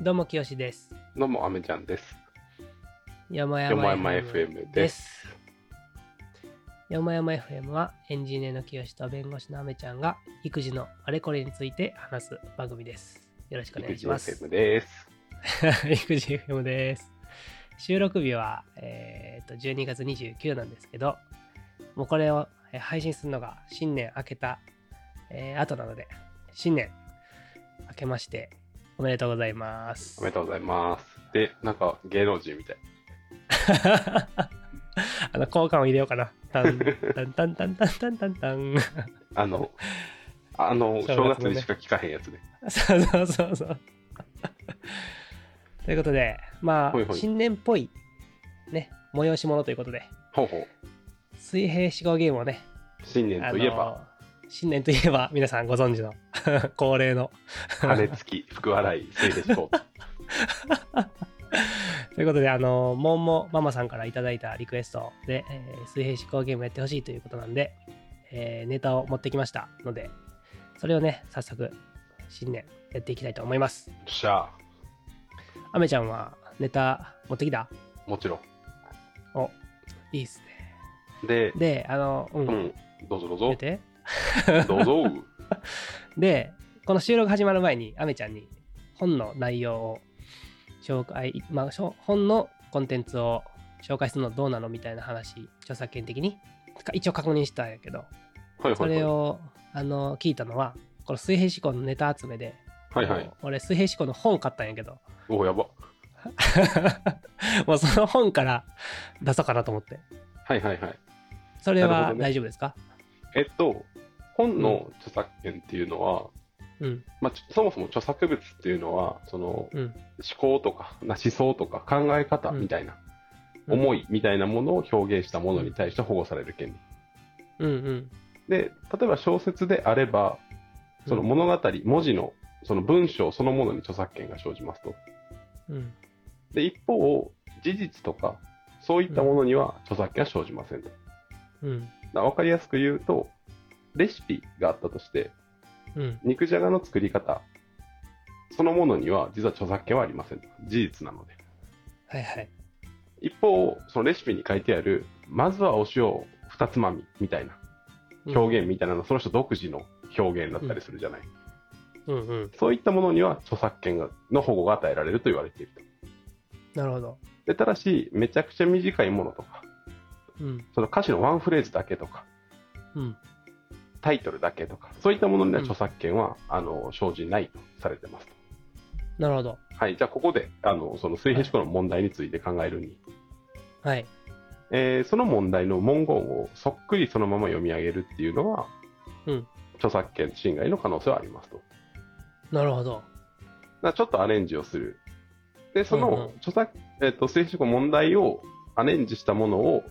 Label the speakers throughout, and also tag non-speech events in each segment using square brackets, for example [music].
Speaker 1: どうも、きよしです。
Speaker 2: どうも、あめちゃんです。
Speaker 1: 山
Speaker 2: よ
Speaker 1: 々
Speaker 2: もやま FM です。。
Speaker 1: 山々 FM は、エンジニアのきよしと弁護士のあめちゃんが、育児のあれこれについて話す番組です。よろしくお願
Speaker 2: 育
Speaker 1: いし
Speaker 2: 児
Speaker 1: ます。
Speaker 2: FM です。
Speaker 1: [laughs] 育児 FM です。収録日は、えー、と12月29なんですけど、もうこれをえー配信するのが新年明けた、えー後なので、新年明けましておめでとうございます
Speaker 2: おめ。でとうございます。で、なんか芸能人みたい。
Speaker 1: [laughs] あの効果を入れようかな。タンタンタンタンタンタンタンタン。 [laughs]
Speaker 2: あの、あの、
Speaker 1: 正
Speaker 2: 正
Speaker 1: 月
Speaker 2: 月
Speaker 1: のね
Speaker 2: にしか聞かへんやつね。
Speaker 1: そうそうそうそう。ということで、まあ、
Speaker 2: ほいほい
Speaker 1: 新年っぽい、ね、催し物ということで、
Speaker 2: ほうほう。
Speaker 1: 水平思考ゲームをね、
Speaker 2: 新年といえば、
Speaker 1: あの新年といえば皆さんご存知の [laughs] 恒例の
Speaker 2: 羽根つき、福笑い、水でしこう。
Speaker 1: ということであのもんもママさんからいただいたリクエストで、えー水平思考ゲームやってほしいということなんで、えーネタを持ってきましたのでそれをね早速新年やっていきたいと思います
Speaker 2: しゃあ、
Speaker 1: あめちゃんはネタ持ってきた
Speaker 2: もちろ
Speaker 1: おいいっす
Speaker 2: ん。
Speaker 1: ね、
Speaker 2: で
Speaker 1: であのうん、
Speaker 2: うん、どうぞどうぞ
Speaker 1: 見、て [laughs]
Speaker 2: どうぞ。
Speaker 1: でこの収録始まる前にあめちゃんに本の内容を紹介、まあ、しょ本のコンテンツを紹介するのどうなのみたいな話著作権的にか一応確認したんやけど
Speaker 2: はい
Speaker 1: そ
Speaker 2: はい
Speaker 1: れ
Speaker 2: はい。
Speaker 1: をあの聞いたのはこの水平思考のネタ集めで、
Speaker 2: はいはい
Speaker 1: も。う俺水平思考の本買ったんやけど [laughs]
Speaker 2: おお、やば。
Speaker 1: もうその本から出そうかなと思って
Speaker 2: はいはいはい。
Speaker 1: それ
Speaker 2: なるほ
Speaker 1: は
Speaker 2: どね
Speaker 1: 大丈夫ですか、
Speaker 2: えっと、本の著作権っていうのは、
Speaker 1: うん
Speaker 2: まあ、ちょそもそも著作物っていうのは、その、
Speaker 1: うん
Speaker 2: 思考とかな思想とか考え方みたいな、
Speaker 1: うん
Speaker 2: 思いみたいなものを表現したものに対して保護される権利
Speaker 1: うんうん
Speaker 2: で例えば小説であればその物語、文字のその文章そのものに著作権が生じますと
Speaker 1: うん
Speaker 2: で一方事実とかそういったものには著作権は生じませんと、
Speaker 1: うん
Speaker 2: だ分かりやすく言うとレシピがあったとして
Speaker 1: うん
Speaker 2: 肉じゃがの作り方そのものには実は著作権はありませんと事実なので
Speaker 1: はいはい
Speaker 2: 一方そのレシピに書いてあるまずはお塩を2つまみみたいな表現みたいなの、その人独自の表現だったりするじゃない、
Speaker 1: うんうん
Speaker 2: そういったものには著作権がの保護が与えられると言われていると
Speaker 1: なるほど
Speaker 2: でただしめちゃくちゃ短いものとか
Speaker 1: うん
Speaker 2: その歌詞のワンフレーズだけとか
Speaker 1: うん
Speaker 2: タイトルだけとかそういったものには著作権は、あの生じないとされてますと
Speaker 1: なるほど
Speaker 2: はいじゃあここであのその水平思考の問題について考えるに、
Speaker 1: はい
Speaker 2: えーその問題の文言をそっくりそのまま読み上げるっていうのは、
Speaker 1: うん
Speaker 2: 著作権侵害の可能性はありますと。だか
Speaker 1: なるほど
Speaker 2: らちょっとアレンジをする。で、そ
Speaker 1: うんうん
Speaker 2: の著作、えっと政治問題をアレンジしたものを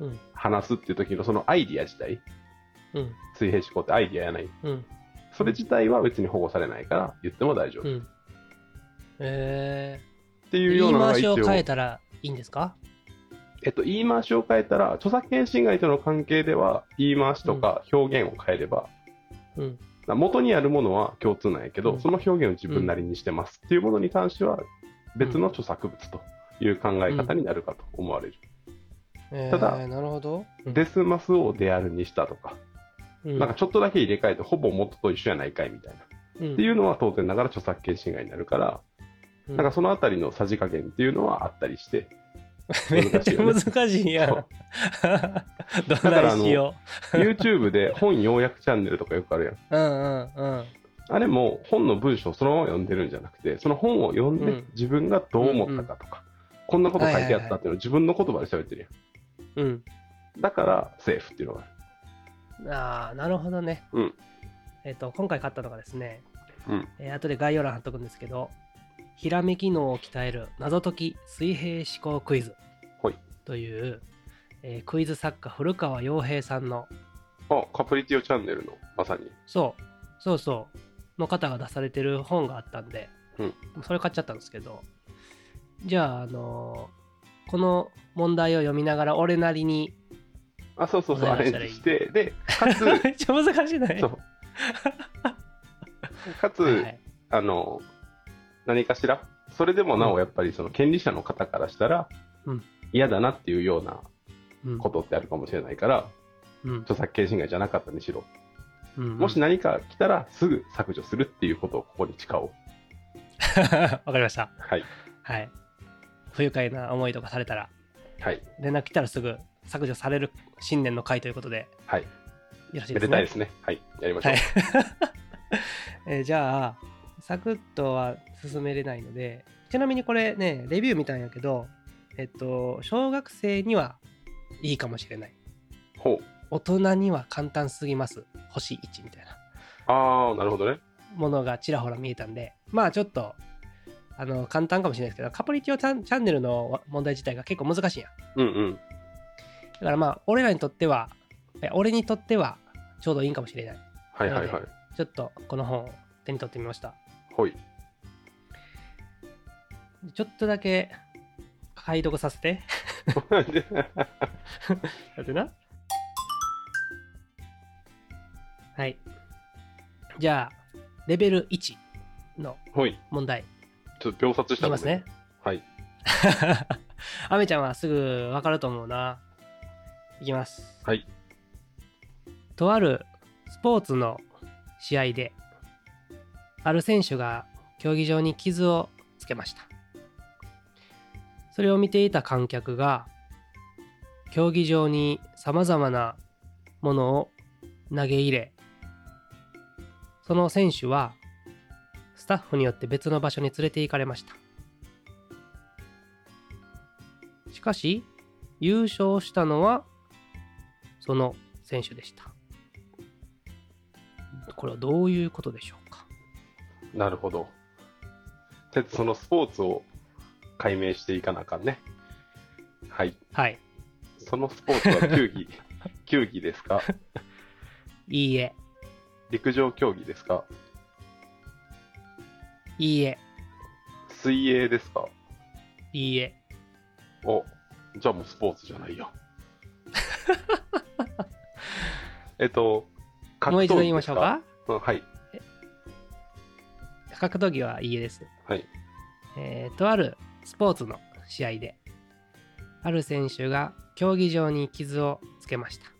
Speaker 1: うん
Speaker 2: 話すっていう時のそのアイディア自体、
Speaker 1: うん
Speaker 2: 水平思考ってアイディアやない。
Speaker 1: うん
Speaker 2: それ自体は別に保護されないから言っても大丈夫。
Speaker 1: う
Speaker 2: っ
Speaker 1: んえ
Speaker 2: て
Speaker 1: ー、
Speaker 2: いう
Speaker 1: 言
Speaker 2: よう
Speaker 1: い
Speaker 2: なのが
Speaker 1: 回
Speaker 2: 一
Speaker 1: しを
Speaker 2: 応、
Speaker 1: 変えたらいいんですか
Speaker 2: えっと、言い回しを変えたら、著作権侵害との関係では言い回しとか表現を変えれば、
Speaker 1: うん
Speaker 2: だから元にあるものは共通なんやけど、
Speaker 1: うん
Speaker 2: その表現を自分なりにしてますっていうものに関しては別の著作物という考え方になるかと思われる、
Speaker 1: えー、
Speaker 2: ただ
Speaker 1: なるほど
Speaker 2: デスマスをデアルにしたとか、
Speaker 1: うん
Speaker 2: なんかちょっとだけ入れ替えてほぼ元と一緒やないかいみたいな、
Speaker 1: うん
Speaker 2: っていうのは当然ながら著作権侵害になるから、
Speaker 1: うん
Speaker 2: なんかそのあたりのさじ加減っていうのはあったり
Speaker 1: [laughs]
Speaker 2: して
Speaker 1: めっちゃ
Speaker 2: 難しいよね
Speaker 1: [laughs] 難しいや
Speaker 2: そうん
Speaker 1: どないしよ
Speaker 2: YouTube で本要約チャンネルとかよくあるやん
Speaker 1: ううんうんうん
Speaker 2: あれも本の文章をそのまま読んでるんじゃなくて、その本を読ん
Speaker 1: う
Speaker 2: で
Speaker 1: ん
Speaker 2: 自分がどう思ったかとか、こんなこと書いてあったっていうのを自分の言葉で喋ってるや
Speaker 1: うん
Speaker 2: ん。だから、セーフっていうのがあ
Speaker 1: ああなるほどね、
Speaker 2: うん
Speaker 1: えっ、と今回買ったのがですね、
Speaker 2: うん
Speaker 1: えー後で概要欄貼っとくんですけどひらめき脳を鍛える謎解き水平思考クイズ
Speaker 2: ほい
Speaker 1: という、えークイズ作家古川洋平さんの
Speaker 2: る。あ、カプリティオチャンネルの、まさに。
Speaker 1: そうそうそうの方が出されてる本があったんで、
Speaker 2: うん
Speaker 1: それ買っちゃったんですけどじゃああのーこの問題を読みながら俺なりに
Speaker 2: あ、そうそうそう、
Speaker 1: お
Speaker 2: ア
Speaker 1: 願い
Speaker 2: レ
Speaker 1: し
Speaker 2: ン
Speaker 1: たらいい
Speaker 2: ジして、で、か
Speaker 1: [laughs] [laughs]
Speaker 2: つ、
Speaker 1: めっちゃ難しいね
Speaker 2: そう。かつ、
Speaker 1: はいはい
Speaker 2: あの、何かしら、それでもなおやっぱりその権利者の方からしたら
Speaker 1: うん
Speaker 2: 嫌だなっていうような
Speaker 1: うん
Speaker 2: ことってあるかもしれないから、
Speaker 1: うん
Speaker 2: 著作権侵害じゃなかったにしろ、
Speaker 1: うん
Speaker 2: もし何か来たらすぐ削除するっていうことをここに誓おう。
Speaker 1: [laughs] わかりました。
Speaker 2: はい。
Speaker 1: はい。不愉快な思いとかされたら、
Speaker 2: はい。
Speaker 1: 連絡来たらすぐ削除される新年の会ということで、
Speaker 2: はい。
Speaker 1: よろしい
Speaker 2: め
Speaker 1: ですね。
Speaker 2: でたいですね。はい。やりましょ
Speaker 1: は
Speaker 2: う。
Speaker 1: い。 [laughs] えーじゃあ、サクッとは進めれないので、ちなみにこれね、レビュー見たんやけど、えっと、小学生にはいいかもしれない。
Speaker 2: ほ
Speaker 1: 大人には簡単すぎます。星1みたいな
Speaker 2: う。ああ、なるほどね。
Speaker 1: ものがちらほら見えたんで、まあちょっと、あの、簡単かもしれないですけど、カポリティオチャンチャンネルの問題自体が結構難しいやん。
Speaker 2: うんうん。
Speaker 1: だからまあ、俺らにとっては、え俺にとってはちょうどいいんかもしれない。
Speaker 2: はいはいはい。
Speaker 1: ちょっとこの本を手に取ってみました。
Speaker 2: ほい。 [laughs]
Speaker 1: ちょっとだけ解読させて。だってな。はい。じゃあ、レベル1の
Speaker 2: ほい。
Speaker 1: 問題、
Speaker 2: ちょっと秒殺し
Speaker 1: い
Speaker 2: た
Speaker 1: き
Speaker 2: も
Speaker 1: ま
Speaker 2: ん
Speaker 1: すね。。
Speaker 2: はい。
Speaker 1: [laughs] アメちゃんはすぐわかると思うな。いきます。
Speaker 2: はい。
Speaker 1: とあるスポーツの試合で、ある選手が競技場に傷をつけました。それを見ていた観客が、競技場に様々なものを投げ入れ、その選手は、スタッフによって別の場所に連れて行かれました。しかし、優勝したのは、その選手でした。これはどういうことでしょうか
Speaker 2: なるほど。てそのスポーツを解明していかなあかんね。はい。
Speaker 1: はい。
Speaker 2: そのスポーツは球
Speaker 1: [laughs]
Speaker 2: 技。球技ですか
Speaker 1: いいえ、
Speaker 2: 陸上競技ですか
Speaker 1: いいえ、
Speaker 2: 水泳ですか
Speaker 1: いいえ。
Speaker 2: お、じゃあもうスポーツじゃないや。 [laughs] えっと、
Speaker 1: もう一度言いまし
Speaker 2: す
Speaker 1: ょうか。
Speaker 2: うんはい。
Speaker 1: 格闘技はいいえです。
Speaker 2: はい。
Speaker 1: えーとあるスポーツの試合で、ある選手が競技場に傷をつけました。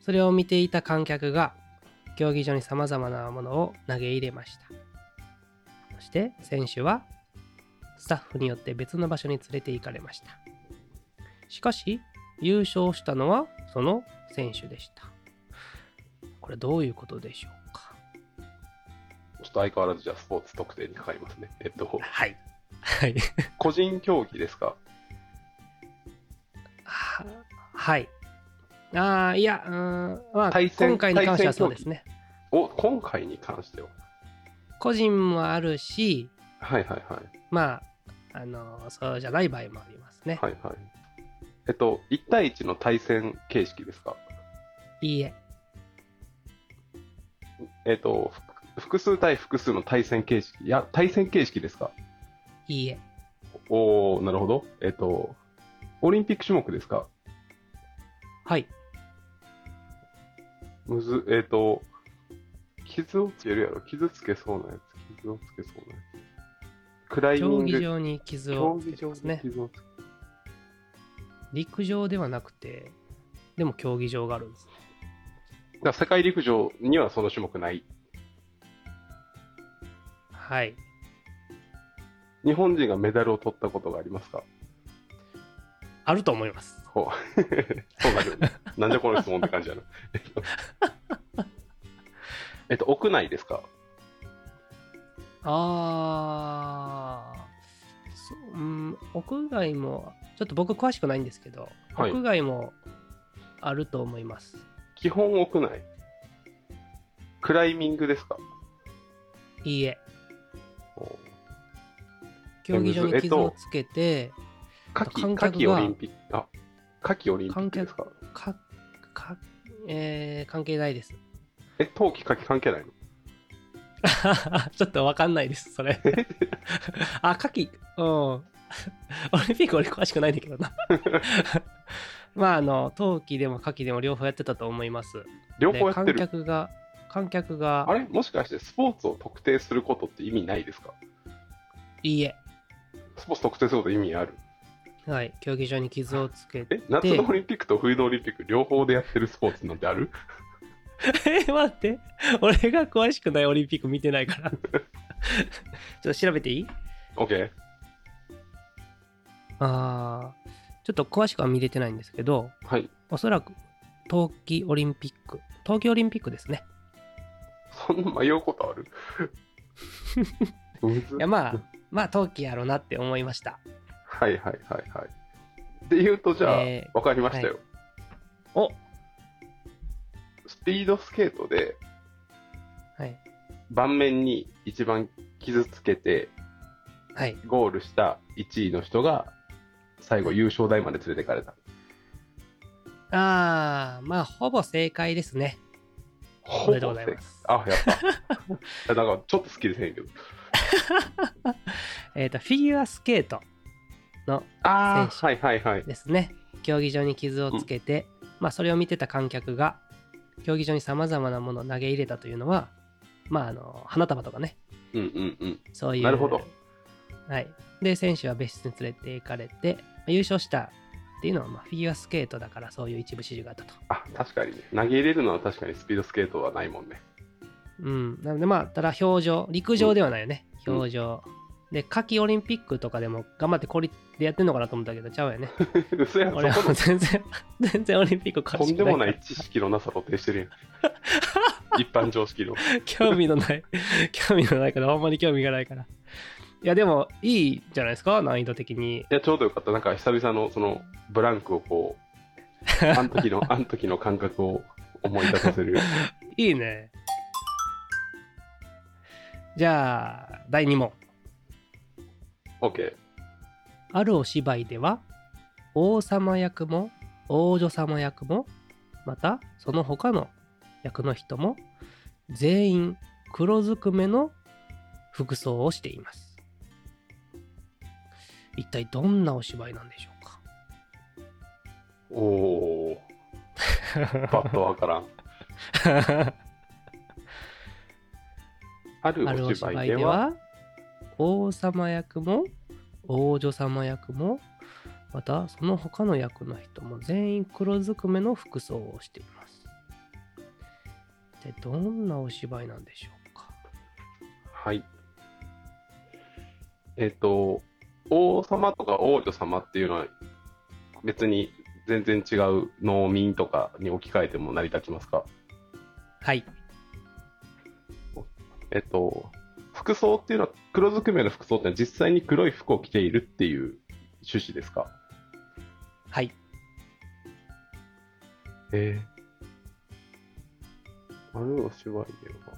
Speaker 1: それを見ていた観客が、競技場に様々なものを投げ入れました。そして選手は、スタッフによって別の場所に連れて行かれました。しかし、優勝したのはその選手でした。これどういうことでしょうか
Speaker 2: ちょっと相変わらずじゃあスポーツ特定にかかりますね。えっと、
Speaker 1: はい。はい。
Speaker 2: 個人競技ですか
Speaker 1: ははい。ああ、いや、うーん、まあ、
Speaker 2: 対戦
Speaker 1: 今回に関してはそうですね。
Speaker 2: お、今回に関しては。
Speaker 1: 個人もあるし、
Speaker 2: はいはいはい。
Speaker 1: まあ、あの、そうじゃない場合もありますね。
Speaker 2: はいはい。えっと、1対1の対戦形式ですか
Speaker 1: い、いえ、
Speaker 2: えっと、ふ複数対複数の対戦形式。いや、対戦形式ですか
Speaker 1: いいえ、
Speaker 2: おー、なるほど。えっと、オリンピック種目ですか
Speaker 1: はい。
Speaker 2: むず、えっ、と、傷をつけるやろ。傷つけそうなやつ。傷をつけそうなやつ。クライミ
Speaker 1: 競
Speaker 2: ン
Speaker 1: 技
Speaker 2: グ。
Speaker 1: 場に傷をつけて
Speaker 2: 競
Speaker 1: ま
Speaker 2: 技
Speaker 1: す
Speaker 2: 場に
Speaker 1: ね。
Speaker 2: 傷をつける。
Speaker 1: 陸上ではなくて、でも競技場があるんですね。
Speaker 2: だから世界陸上にはその種目ない。
Speaker 1: はい。
Speaker 2: 日本人がメダルを取ったことがありますか
Speaker 1: あると思います。
Speaker 2: ほう [laughs] そうなるよね。なんじゃこの質問って感じやな。えっとえっと、屋内ですか
Speaker 1: ああ、そう、うん、屋外も、ちょっと僕詳しくないんですけど、
Speaker 2: はい
Speaker 1: 屋外もあると思います。
Speaker 2: 基本屋内。クライミングですか
Speaker 1: いいえ、
Speaker 2: ほう
Speaker 1: 競技場
Speaker 2: え
Speaker 1: に
Speaker 2: っと
Speaker 1: 傷をつけて、
Speaker 2: 夏季、
Speaker 1: 観客が
Speaker 2: 夏季オリンピック、あ、夏季オリンピックですか
Speaker 1: か、か、えー、関係ないです。
Speaker 2: え、冬季夏季関係ないの
Speaker 1: [laughs] ちょっとわかんないです、それ。 [laughs] あ、夏季、うん。オリンピック俺詳しくないんだけど [laughs] な。まあ、あの、冬季でも夏季でも両方やってたと思います。
Speaker 2: 両方やっ
Speaker 1: で
Speaker 2: て
Speaker 1: 観
Speaker 2: る。
Speaker 1: 客が、観客が、
Speaker 2: あれもしかしてスポーツを特定することって意味ないですか
Speaker 1: いいえ。
Speaker 2: スポーツ特定すること意味ある
Speaker 1: はい。競技場に傷をつけて。
Speaker 2: え夏のオリンピックと冬のオリンピック両方でやってるスポーツなんて
Speaker 1: [laughs]
Speaker 2: ある
Speaker 1: え、待って。俺が詳しくないオリンピック見てないから。 [laughs] ちょっと調べていい
Speaker 2: ?OK。
Speaker 1: あーちょっと詳しくは見れてないんですけど、
Speaker 2: はい。
Speaker 1: おそらく冬季オリンピック。冬季オリンピックですね。
Speaker 2: そんな迷うこ
Speaker 1: [laughs]
Speaker 2: とあるむず
Speaker 1: いや、まあ、まあ、冬季やろうなって思いました。
Speaker 2: はいはいはいはい。で言うとじゃあ、
Speaker 1: え
Speaker 2: わかりましたよ、
Speaker 1: ーお
Speaker 2: スピードスケートで
Speaker 1: はい。
Speaker 2: 盤面に一番傷つけて
Speaker 1: はい。
Speaker 2: ゴールした1位の人が最後優勝台まで連れてかれた。
Speaker 1: あーまあ、ほぼ正解ですね。お
Speaker 2: ほ
Speaker 1: めでとうございます。
Speaker 2: あ、や [laughs] った。なんかちょっとスッキリせんけど。
Speaker 1: えっ、と、フィギュアスケート
Speaker 2: あ
Speaker 1: 選
Speaker 2: あ、はいはいはい。
Speaker 1: ですね。競技場に傷をつけて、まあ、それを見てた観客が、競技場にさまざまなものを投げ入れたというのは、まあ、あの、花束とかね、
Speaker 2: うんうんうん。
Speaker 1: そういう。
Speaker 2: なるほど。
Speaker 1: はい。で、選手は別室に連れて行かれて、優勝したっていうのは、まあ、フィギュアスケートだから、そういう一部始終があったと。
Speaker 2: あ、確かにね。投げ入れるのは確かにスピードスケートはないもんね。 [laughs]
Speaker 1: うん。なので、まあ、ただ、表情、陸上ではないよね。
Speaker 2: うん
Speaker 1: 表情。で、夏季オリンピックとかでも、頑張ってこれでやってんのかなと思ったけど、ちゃうよね。
Speaker 2: 嘘 [laughs] やん、そ
Speaker 1: 俺は
Speaker 2: こ
Speaker 1: もう全然、 [laughs] 全然オリンピック
Speaker 2: の
Speaker 1: 詳
Speaker 2: と
Speaker 1: し
Speaker 2: んで
Speaker 1: くない
Speaker 2: も
Speaker 1: か
Speaker 2: な
Speaker 1: ら
Speaker 2: い。知識のなさ露呈してる
Speaker 1: [laughs]
Speaker 2: やん。一般常識の。
Speaker 1: 興味のない、 [laughs] 興味のないから、ほんまに興味がないから。いや、でも、いいじゃないですか、難易度的に。
Speaker 2: いや、ちょうどよかった。なんか久々のそのブランクをこ
Speaker 1: [laughs]
Speaker 2: う、あの時の、あの時の感覚を思い出させる。
Speaker 1: いいね。じゃあ、第2問。
Speaker 2: OK。
Speaker 1: あるお芝居では、王様役も、王女様役も、また、その他の役の人も、全員、黒ずくめの服装をしています。一体どんなお芝居なんでしょうか
Speaker 2: おお
Speaker 1: [laughs]
Speaker 2: ー、パッとわからん。ある
Speaker 1: ある
Speaker 2: お
Speaker 1: お
Speaker 2: 芝
Speaker 1: 芝
Speaker 2: 居
Speaker 1: 居
Speaker 2: で
Speaker 1: で
Speaker 2: は、
Speaker 1: は王様役も王女様役もまたその他の役の人も全員黒ずくめの服装をしています。でどんなお芝居なんでしょうか
Speaker 2: はい。えっ、と、王様とか王女様っていうのは、別に全然違う農民とかに置き換えても成り立ちますか
Speaker 1: はい。
Speaker 2: えっと、服装っていうのは、黒ずくめの服装っていうのは実際に黒い服を着ているっていう趣旨ですか
Speaker 1: はい。
Speaker 2: ええ。あるお芝居では。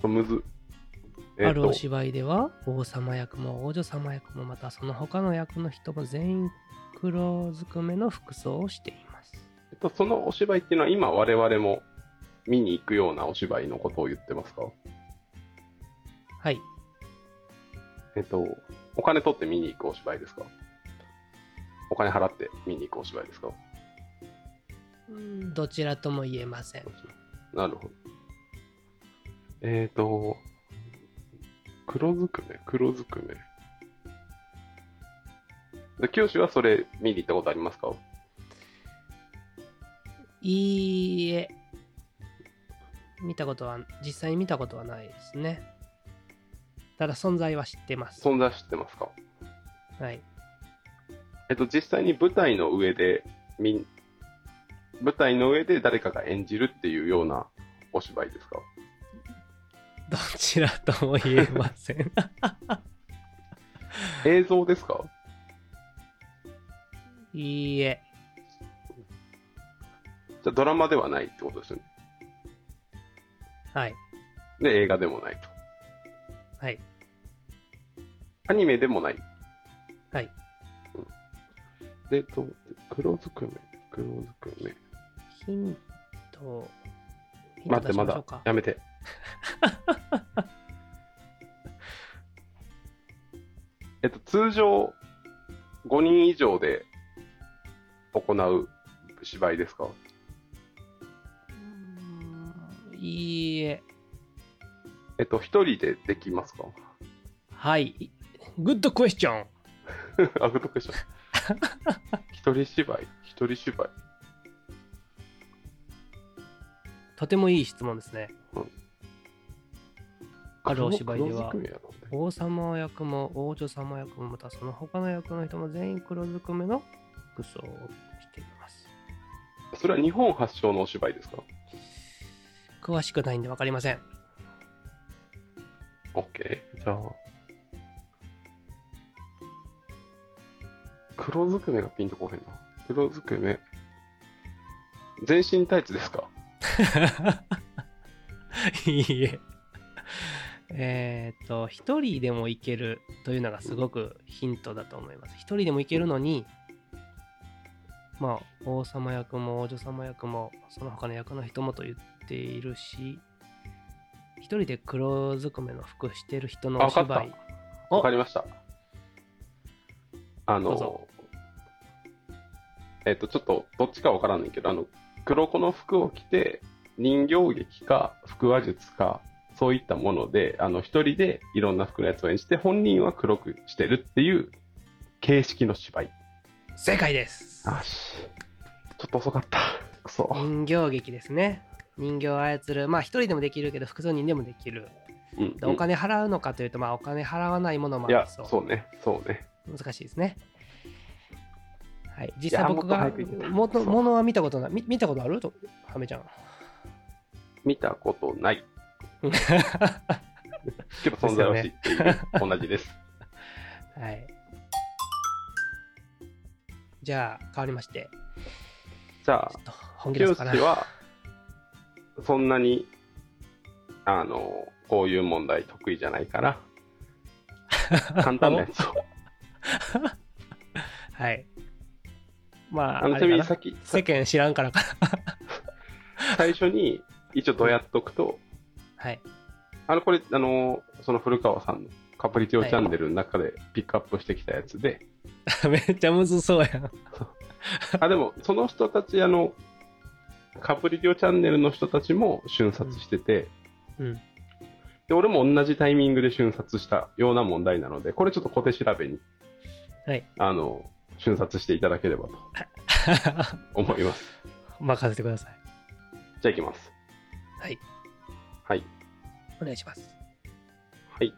Speaker 2: これむず。えっ、
Speaker 1: ある
Speaker 2: と
Speaker 1: お、芝居では王様役も王女様役もまたその他の役の人も全員黒ずくめの服装をしています。
Speaker 2: えっと、そのお芝居っていうのは今我々も見に行くようなお芝居のことを言ってますか
Speaker 1: はい。
Speaker 2: えっと、お金取って見に行くお芝居ですかお金払って見に行くお芝居ですか
Speaker 1: うんどちらとも言えません。
Speaker 2: なるほど。えっ、ー、と、黒ずくめ、黒ずくめ。で、清志はそれ見に行ったことありますか
Speaker 1: いいえ。見たことは、実際に見たことはないですね。ただ存在は知ってます。
Speaker 2: 存在知ってますか
Speaker 1: はい。
Speaker 2: えっと、実際に舞台の上で、みん舞台の上で誰かが演じるっていうようなお芝居ですか
Speaker 1: どちらとも言えませ
Speaker 2: [laughs]
Speaker 1: ん。
Speaker 2: 映像ですか
Speaker 1: いいえ。
Speaker 2: じゃあドラマではないってことですよね。
Speaker 1: はい。
Speaker 2: で、映画でもないと。
Speaker 1: はい。
Speaker 2: アニメでもない。
Speaker 1: はい。
Speaker 2: うん、で、えっと、黒ずくめ、黒ずくめ。
Speaker 1: ヒント、ヒント
Speaker 2: 待っ
Speaker 1: 出
Speaker 2: て、
Speaker 1: し
Speaker 2: ま
Speaker 1: ましょ
Speaker 2: だ
Speaker 1: うか。。
Speaker 2: や
Speaker 1: [laughs]
Speaker 2: めて。えっと、通常、5人以上で行う芝居ですか
Speaker 1: うーんいいえ。
Speaker 2: えっと、一人でできますか [laughs]
Speaker 1: はい。グッドクエスチョン。
Speaker 2: あ、グッドクエス
Speaker 1: [laughs]
Speaker 2: チョン。一人芝居一人芝居。
Speaker 1: とてもいい質問ですね。あるお芝居では
Speaker 2: 黒ずくめやろうね
Speaker 1: 王様役も王女様役もまたその他の役の人も全員黒ずくめの服装を着ています。
Speaker 2: それは日本発祥のお芝居ですか
Speaker 1: 詳しくないんで分かりま
Speaker 2: [laughs]
Speaker 1: せん。
Speaker 2: ?OK。じゃあ。黒ずくめがピンとこへんな。黒ずくめ。全身タイツですか
Speaker 1: いいえ。えーっと、一人でも行けるというのがすごくヒントだと思います。一人でも行けるのに、まあ、王様役も王女様役も、その他の役の人もと言っているし、一人で黒ずくめの服してる人の
Speaker 2: あ
Speaker 1: お
Speaker 2: わか
Speaker 1: 芝
Speaker 2: った
Speaker 1: 居。お
Speaker 2: わかりました。あ
Speaker 1: どう
Speaker 2: の
Speaker 1: ぞ、
Speaker 2: えっと、ちょっとどっちかわからんねんけど、あの、黒子の服を着て、人形劇か、腹話術か、そういったもので、あの、一人でいろんな服のやつを演じて、本人は黒くしてるっていう形式の芝居。
Speaker 1: 正解です。
Speaker 2: あし。ちょっと遅かった。くそ。
Speaker 1: 人形劇ですね。人形を操る。まあ、一人でもできるけど、複数人でもできる。
Speaker 2: うん
Speaker 1: で、お金払うのかというと、まあ、お金払わないものも
Speaker 2: い
Speaker 1: あ
Speaker 2: や、
Speaker 1: りそう。
Speaker 2: そうね、そうね。
Speaker 1: 難しいですね。はい、実際
Speaker 2: いや
Speaker 1: 僕が
Speaker 2: もっと早く行けた
Speaker 1: もと
Speaker 2: そう
Speaker 1: ものは見たことない。み見たことあると、ハ
Speaker 2: [laughs]
Speaker 1: メちゃん。
Speaker 2: 見たことない。
Speaker 1: は
Speaker 2: けど存在は知っている。同じです。
Speaker 1: い。じゃあ、変わりまして、
Speaker 2: じゃあ
Speaker 1: ちょ、っと本気
Speaker 2: き
Speaker 1: 出す
Speaker 2: よし
Speaker 1: かな。
Speaker 2: は、そんなに、あの、こういう問題得意じゃないから、簡単なやつを。
Speaker 1: [laughs] はい。まあ、
Speaker 2: あ
Speaker 1: あ
Speaker 2: の、
Speaker 1: れ
Speaker 2: ち
Speaker 1: か
Speaker 2: なみに
Speaker 1: な
Speaker 2: さっき、
Speaker 1: 世間知らんから
Speaker 2: [laughs]
Speaker 1: か。
Speaker 2: 最初に、一応どうやっとくと、 [laughs]
Speaker 1: はい。
Speaker 2: あの、これ、あの、その古川さんのカプリティオチャンネルの中でピックアップしてきたやつで、
Speaker 1: めっちゃむずそうやん。
Speaker 2: あ、でも、その人たち、あの、カプリティオチャンネルの人たちも瞬殺してて、
Speaker 1: うん。 [laughs]
Speaker 2: で俺も同じタイミングで瞬殺したような問題なので、これちょっと小手調べに、
Speaker 1: はい
Speaker 2: あの、瞬殺していただければと思います。
Speaker 1: 任せてください。
Speaker 2: じゃあ行きます。
Speaker 1: はい。
Speaker 2: はい。
Speaker 1: お願いします。
Speaker 2: はい。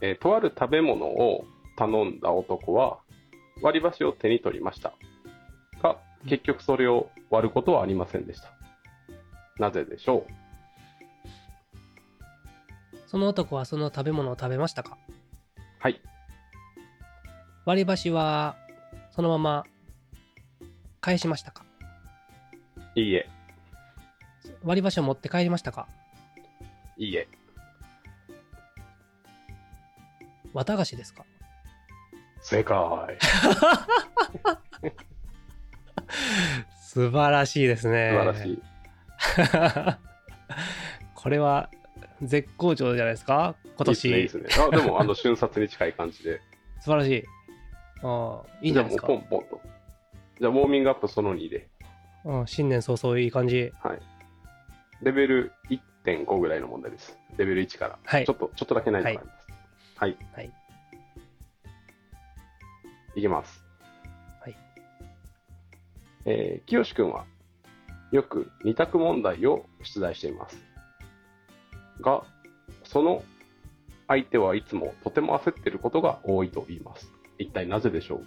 Speaker 2: えーとある食べ物を頼んだ男は、割り箸を手に取りました。が、結局それを割ることはありませんでした。なぜでしょ
Speaker 1: その男はその食べ物を食べましたか
Speaker 2: うはい。
Speaker 1: 割り箸はそのまま返しましたか
Speaker 2: いいえ。
Speaker 1: 割り箸を持って帰りましたか
Speaker 2: いいえ。
Speaker 1: 綿菓子ですか
Speaker 2: 正解。
Speaker 1: 素晴らしいですね
Speaker 2: 素晴らしい。
Speaker 1: い [laughs] これは絶好調じゃないですか今年
Speaker 2: いいですね。いいですね。あ、でも、あの、瞬殺に近い感じで。
Speaker 1: 素晴らしいああ [laughs] いいんじ
Speaker 2: じ
Speaker 1: ゃ
Speaker 2: ゃ
Speaker 1: ないで
Speaker 2: あもう
Speaker 1: すか
Speaker 2: ポンポンと。じゃあ、ウォーミングアップその2で。
Speaker 1: うん、新年早々いい感じ
Speaker 2: はい。レベル1.5ぐらいの問題です。レベル1から。
Speaker 1: はい
Speaker 2: ちょっと、ちょっとだけ難易度があります。はい。
Speaker 1: はい。
Speaker 2: いきます。
Speaker 1: はい。
Speaker 2: えー、きよしくんは、よく二択問題を出題しています。が、その相手はいつもとても焦っていることが多いと言います。一体なぜでしょう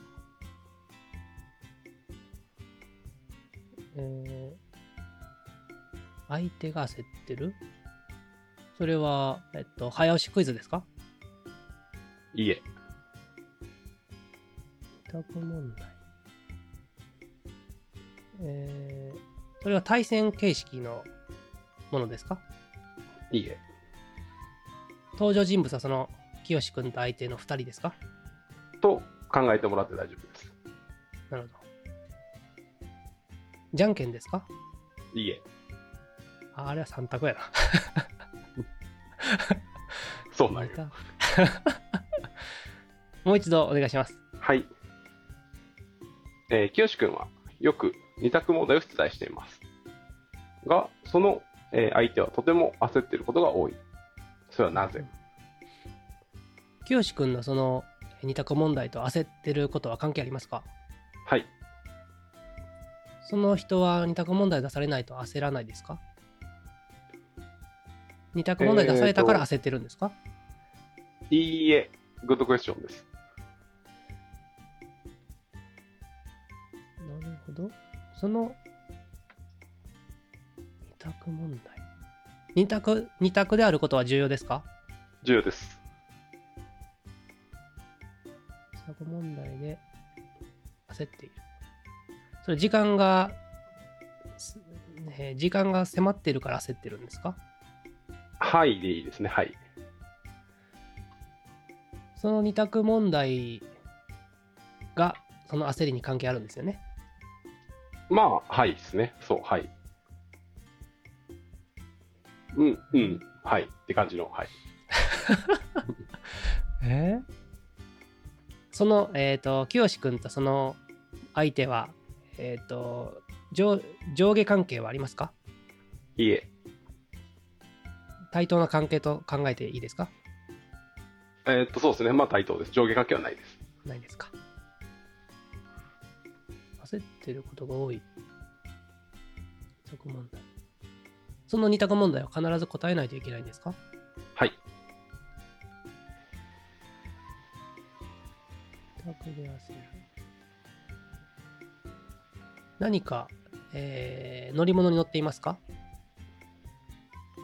Speaker 1: えー相手が焦ってるそれは、えっと、早押しクイズですか
Speaker 2: いいえ。
Speaker 1: タコ問題。えー、それは対戦形式のものですか
Speaker 2: いいえ。
Speaker 1: 登場人物はその、清志君と相手の2人ですか
Speaker 2: と考えてもらって大丈夫です。
Speaker 1: なるほど。じゃんけんですか
Speaker 2: いいえ。
Speaker 1: ああれは3択やな。
Speaker 2: そうなんよ。
Speaker 1: [laughs] もう一度お願いします。
Speaker 2: はい。えー、きよしくんはよく二択問題を出題しています。が、その、えー相手はとても焦っていることが多い。それはなぜ
Speaker 1: 清志君のその二択問題と焦ってることは関係ありますか
Speaker 2: はい。
Speaker 1: その人は二択問題出されないと焦らないですか二択問題出されたから焦ってるんですか、
Speaker 2: いいえ、グッドクエスチョンです。
Speaker 1: なるほど。その二択問題。二択、二択であることは重要ですか
Speaker 2: 重要です。
Speaker 1: 二択問題で焦っている。それ時間が、すえー時間が迫ってるから焦ってるんですか
Speaker 2: はいでいいですね。はい。
Speaker 1: その二択問題がその焦りに関係あるんですよね。
Speaker 2: まあ、はいですね。そう、はい。うん、うん、はい。って感じの、はい。
Speaker 1: えその、えっ、と、清くんとその相手は、えっ、と上、上下関係はありますか
Speaker 2: いいえ。
Speaker 1: 対等な関係と考えていいですか
Speaker 2: えーっと、そうですね。まあ、対等です。上下関係はないです。
Speaker 1: ないですか焦ってることが多い。二択問題。その二択問題は必ず答えないといけないんですか
Speaker 2: はい。
Speaker 1: 二択で焦る。何か、えー乗り物に乗っていますか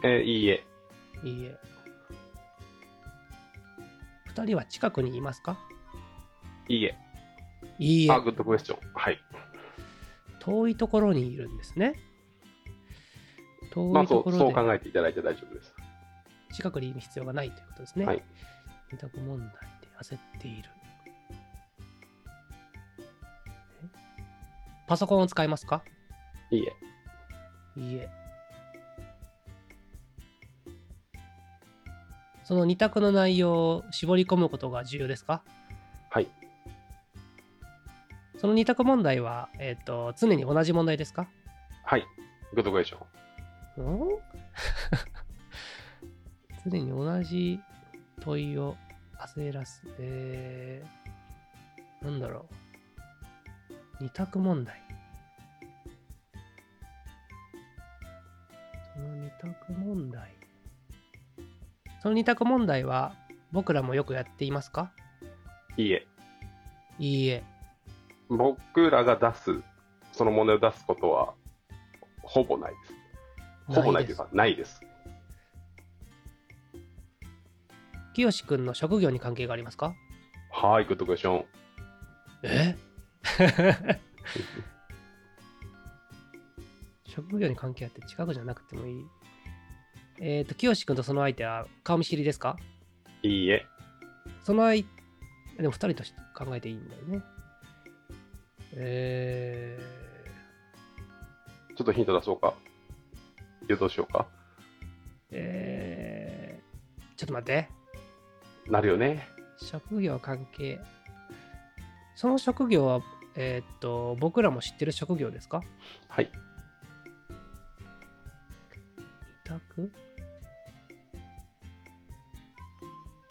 Speaker 2: えーいいえ。
Speaker 1: いいえ。二人は近くにいますか
Speaker 2: いいえ。
Speaker 1: いいえ
Speaker 2: あ、。グッドクエスチョン。はい。
Speaker 1: 遠いところにいるんですね。
Speaker 2: ま
Speaker 1: 遠
Speaker 2: あ、
Speaker 1: い
Speaker 2: そ
Speaker 1: と
Speaker 2: う、
Speaker 1: こ
Speaker 2: そ
Speaker 1: ろ
Speaker 2: う
Speaker 1: で
Speaker 2: 考えていただいて大丈夫です。
Speaker 1: 近くにいる必要がないということですね。
Speaker 2: はい
Speaker 1: 二択問題で焦っている。えパソコンを使いますか
Speaker 2: いいえ。
Speaker 1: いいえ。その二択の内容を絞り込むことが重要ですか
Speaker 2: はい。
Speaker 1: その二択問題は、えっ、と、常に同じ問題ですか
Speaker 2: はい。グッドクエスチョン。
Speaker 1: うん常に同じ問いを焦らす。えー、なんだろう。二択問題。その二択問題。その二択問題は僕らもよくやっていますか
Speaker 2: いいえ。
Speaker 1: いいえ。
Speaker 2: 僕らが出す、その問題を出すことは、ほぼないです。ほぼないというか、ないです。
Speaker 1: きよし君の職業に関係がありますか
Speaker 2: はい、グッドクエスチョン。
Speaker 1: え職業に関係あって近くじゃなくてもいい。えっ、ー、と、清君とその相手は顔見知りですか
Speaker 2: いいえ。
Speaker 1: その相でも2人として考えていいんだよね。え
Speaker 2: ちょっとヒント出そうか。誘導しようか。
Speaker 1: ー、えー、ちょっと待って。
Speaker 2: なるよね。
Speaker 1: 職業関係。その職業は、えっ、と、僕らも知ってる職業ですか
Speaker 2: はい。
Speaker 1: 委託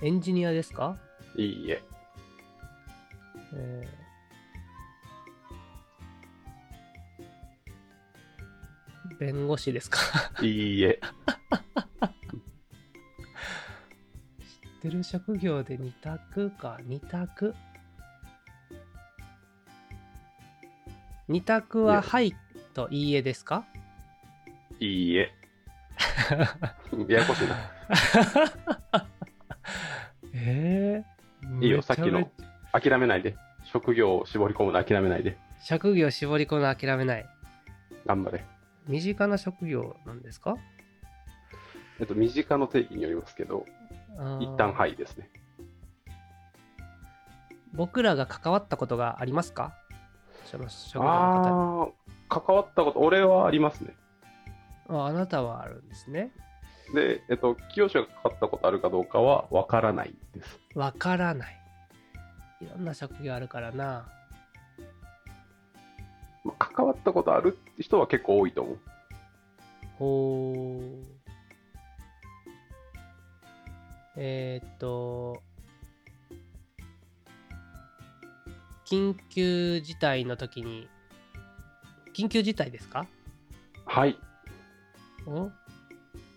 Speaker 1: エンジニアですか、
Speaker 2: いいえ。
Speaker 1: えー弁護士ですか [laughs]
Speaker 2: いいえ。
Speaker 1: 知ってる職業で二択か二択二択
Speaker 2: い
Speaker 1: は
Speaker 2: や
Speaker 1: はいといいえですか [laughs]
Speaker 2: いいえ。ややこしいな。
Speaker 1: えー
Speaker 2: いい
Speaker 1: めちゃ
Speaker 2: よ
Speaker 1: め
Speaker 2: さっきの諦めないで。職業を絞り込むの諦めないで。
Speaker 1: 職業絞り込むの諦めない
Speaker 2: 頑張れ。
Speaker 1: 身近な職業なんですか
Speaker 2: えっと、身近の定義によりますけど、一
Speaker 1: 一
Speaker 2: 旦はいですね。
Speaker 1: 僕らが関わったことがありますかその職業の方に
Speaker 2: ああ、関わったこと、俺はありますね。
Speaker 1: ああなたはあるんですね。
Speaker 2: で、えっと、清志が関わったことあるかどうかはわからないです。
Speaker 1: わからない。いろんな職業あるからな。
Speaker 2: まあ、関わったことあるって人は結構多いと思う。
Speaker 1: ほう。えーっと、緊急事態の時に、緊急事態ですか
Speaker 2: はい。
Speaker 1: ん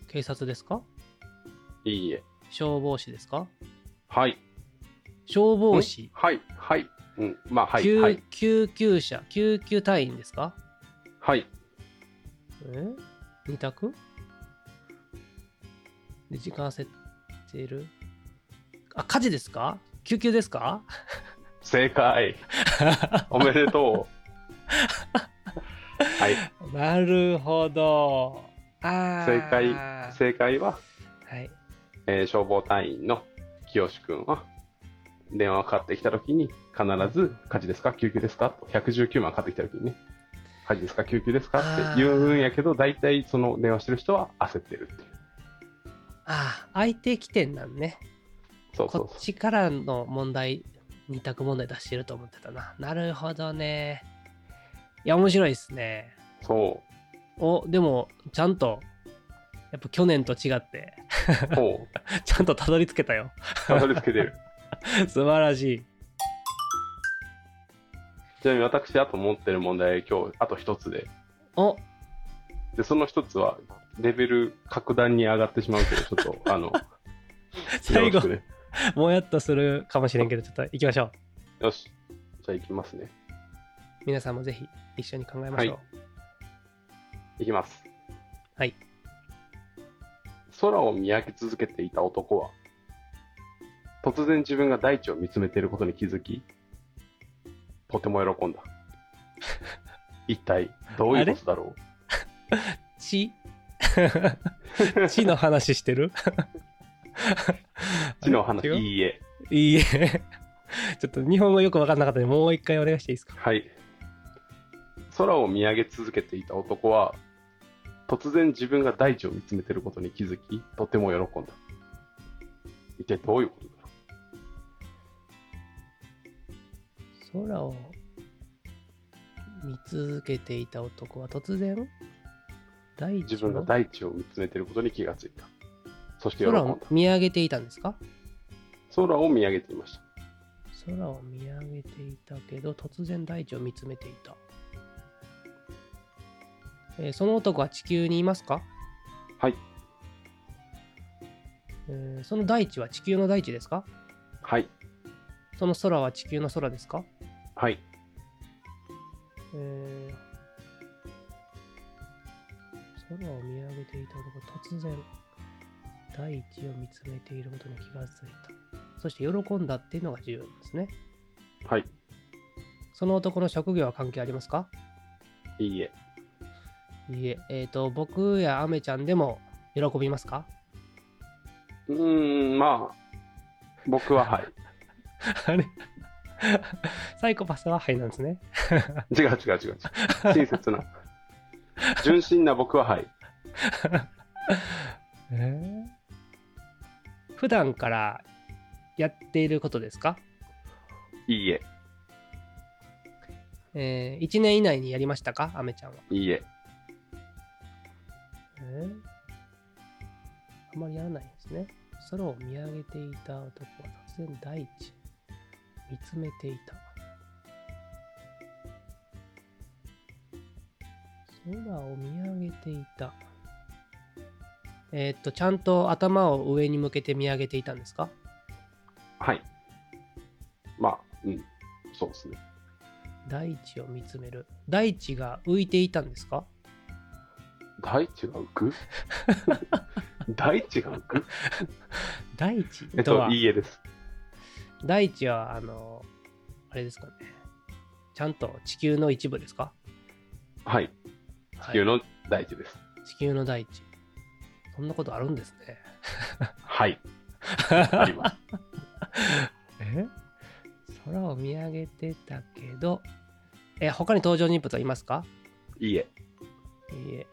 Speaker 1: 警察ですか
Speaker 2: いいえ。
Speaker 1: 消防士ですか
Speaker 2: はい。
Speaker 1: 消防士、
Speaker 2: はい。はい。うん。まあ、はい。
Speaker 1: 救
Speaker 2: はい。
Speaker 1: 救急車、救急隊員ですか
Speaker 2: はい。
Speaker 1: え二択で時間設定るあ、火事ですか救急ですか
Speaker 2: 正 [laughs] 解。おめでと [laughs] う。はい。
Speaker 1: なるほど。あー
Speaker 2: 正解正解は、
Speaker 1: はい。
Speaker 2: えー消防隊員の清くんは、電話がかかってきたときに、必ず、火事ですか救急ですかと、119万かかってきたときにね、火事ですか救急ですかって言うんやけど、大体その電話してる人は焦ってるっていう。
Speaker 1: ああ、相手起点なんね。
Speaker 2: そうそう
Speaker 1: こ
Speaker 2: そう
Speaker 1: っ。ちからの問題、二択問題出してると思ってたな。なるほどね。いや、面白いですね。
Speaker 2: そ
Speaker 1: お、でも、ちゃんと、やっぱ去年と違って、
Speaker 2: う。そう。
Speaker 1: ちゃんとたどり着けたよ。 [laughs]
Speaker 2: たどり着けてる。 [laughs]
Speaker 1: 素晴らしい。
Speaker 2: ちなみに私、あと持ってる問題、今日、あと一つで。
Speaker 1: お、
Speaker 2: で、その一つは、レベル格段に上がってしまうけど、ちょっと、あの、
Speaker 1: [laughs] 最後
Speaker 2: よろしく、ね。
Speaker 1: もやっとするかもしれんけど、ちょっと行きましょう。
Speaker 2: よし。じゃあ行きますね。
Speaker 1: 皆さんもぜひ一緒に考えましょう。
Speaker 2: いきます。
Speaker 1: はい。
Speaker 2: 空を見上げ続けていた男は、突然自分が大地を見つめていることに気づき、とても喜
Speaker 1: [laughs]
Speaker 2: んだ。一体、どういうことだろ
Speaker 1: [laughs] 地地の話して
Speaker 2: [laughs]
Speaker 1: る
Speaker 2: う地の話、
Speaker 1: あれ違う
Speaker 2: いいえ。
Speaker 1: い [laughs] いえ。ちょっと日本語よく分かんなかったので、もう一回お願いしていいですか
Speaker 2: はい。空を見上げ続けていた男は、突然自分が大地を見つめていることに気づき、とても喜んだ。一体どういうことだろう
Speaker 1: 空を見続けていた男は突然大地
Speaker 2: 自分が
Speaker 1: の
Speaker 2: 大地を見つめていることに気がついた。そして喜ん
Speaker 1: 空
Speaker 2: だ。
Speaker 1: を見上げていたんですか
Speaker 2: 空を見上げていました。
Speaker 1: 空を見上げていたけど突然大地を見つめていた、えーその男は地球にいますか
Speaker 2: はい。
Speaker 1: えーその大地は地球の大地ですか
Speaker 2: はい。
Speaker 1: その空は地球の空ですか、
Speaker 2: はい。
Speaker 1: えー空を見上げていた男突然大地を見つめていることに気がついたそして喜んだっていうのが重要なんですね
Speaker 2: はい。
Speaker 1: その男の職業は関係ありますか
Speaker 2: いいえ。
Speaker 1: いいええっ、と僕やアメちゃんでも喜びますか
Speaker 2: うーん、まあ、僕
Speaker 1: [laughs]
Speaker 2: ははい。
Speaker 1: あれ [laughs] サイコパスははいなんですね
Speaker 2: 違う違う違う違う。親切な。純真な僕ははい。
Speaker 1: え普段からやっていることですか
Speaker 2: いいえ。
Speaker 1: え1年以内にやりましたかアメちゃんは、
Speaker 2: いいえ。
Speaker 1: えーあんまりやらないんですね空を見上げていた男は突然大地を見つめていた空を見上げていたえーっとちゃんと頭を上に向けて見上げていたんですか
Speaker 2: はい。まあ、うん。そうですね。
Speaker 1: 大地を見つめる大地が浮いていたんですか
Speaker 2: 大地が浮
Speaker 1: [laughs]
Speaker 2: く大地が浮く
Speaker 1: 大地
Speaker 2: えっ
Speaker 1: とは
Speaker 2: と、いいえです。
Speaker 1: 大地はあのあれですかねちゃんと地球の一部ですか、
Speaker 2: はい。
Speaker 1: は
Speaker 2: 地
Speaker 1: い
Speaker 2: 球の大地です。
Speaker 1: 地球の大地そんなことあるんですね [laughs]
Speaker 2: はい。あります。
Speaker 1: え空を見上げてたけどえ他に登場人物はいますか
Speaker 2: いいえ。
Speaker 1: いいえ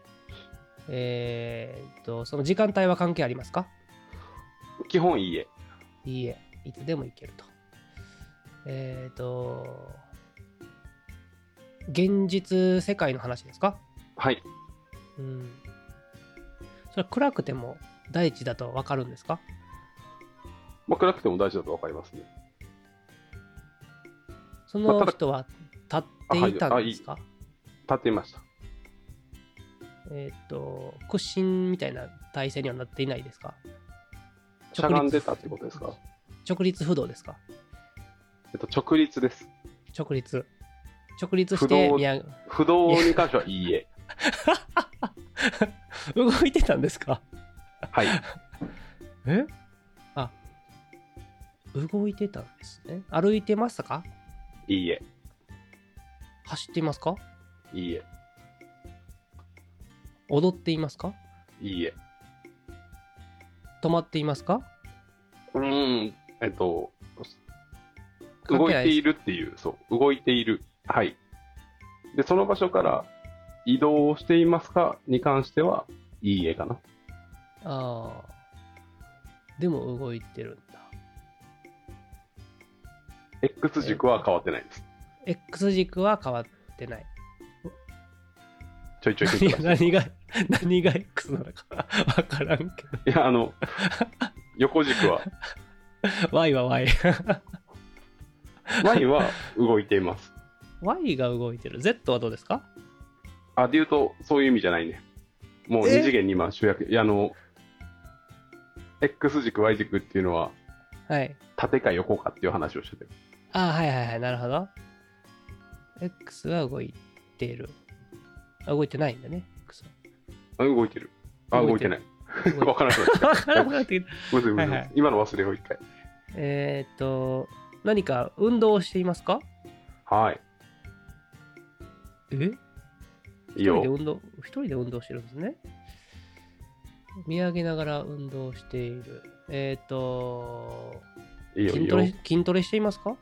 Speaker 1: えーっとその時間帯は関係ありますか
Speaker 2: 基本いいえ。
Speaker 1: いいえいつでも行けるとえーっと現実世界の話ですか
Speaker 2: はい。
Speaker 1: うん。それは暗くても大地だとわかるんですか
Speaker 2: まあ、暗くても大丈夫わかりますね。
Speaker 1: その人は立っていたんですか
Speaker 2: 立っていました。
Speaker 1: えーっと、屈伸みたいな体勢にはなっていないですか
Speaker 2: しゃがんでたってことですか
Speaker 1: 直立不動ですか
Speaker 2: えっと、直立です。
Speaker 1: 直立。直立し
Speaker 2: 不
Speaker 1: て
Speaker 2: 動
Speaker 1: 見上げ
Speaker 2: 不動に関してはい
Speaker 1: [laughs]
Speaker 2: いえ。
Speaker 1: 動いてたんですか
Speaker 2: はい。
Speaker 1: えあ動いてたんですね歩いてましたか
Speaker 2: いいえ。
Speaker 1: 走っていますか
Speaker 2: いいえ。
Speaker 1: 踊っていますか
Speaker 2: いいえ。
Speaker 1: 止まっていますか
Speaker 2: うーん。えっと、
Speaker 1: 関
Speaker 2: 動
Speaker 1: 係
Speaker 2: い
Speaker 1: ない
Speaker 2: て
Speaker 1: です
Speaker 2: いるっていう、そう。動いている。はい。で、その場所から移動をしていますかに関しては、いいえかな。
Speaker 1: ああでも動いてるんだ
Speaker 2: X 軸は変わってないです。
Speaker 1: X 軸は変わってない
Speaker 2: ちょいちょい
Speaker 1: い
Speaker 2: 変
Speaker 1: や
Speaker 2: 化して
Speaker 1: 何が何が X なのか分からんけど
Speaker 2: いや、あの、横軸は、
Speaker 1: Y は YY
Speaker 2: Y は動いています。
Speaker 1: が動いてる Z はどうですか
Speaker 2: あ、で言うと、そういう意味じゃないね。もう
Speaker 1: え
Speaker 2: 二次元に今集約、いや、あの、X 軸、Y 軸っていうのは、
Speaker 1: はい
Speaker 2: 縦か横かっていう話をしてて。
Speaker 1: ああはいはいはいなるほど X は動いてるあ動いてないんだね X は
Speaker 2: あ、動いてる。あ、動
Speaker 1: 動い
Speaker 2: いて
Speaker 1: て
Speaker 2: な
Speaker 1: る動
Speaker 2: い。
Speaker 1: いてる
Speaker 2: [laughs] わからなくなっ
Speaker 1: [laughs]
Speaker 2: た。
Speaker 1: わからなくなってきた。
Speaker 2: ごめんなさいごめんなさい
Speaker 1: はいはい
Speaker 2: 今の忘れを一回。
Speaker 1: えーっと、何か運動をしていますか
Speaker 2: はい。
Speaker 1: え一
Speaker 2: いい
Speaker 1: 人で
Speaker 2: よ。
Speaker 1: 運動、一人で運動してるんですね。見上げながら運動をしている。えーっと、
Speaker 2: いいよ、いい
Speaker 1: 筋ト
Speaker 2: よ。
Speaker 1: レ、
Speaker 2: い
Speaker 1: 筋トレしていますか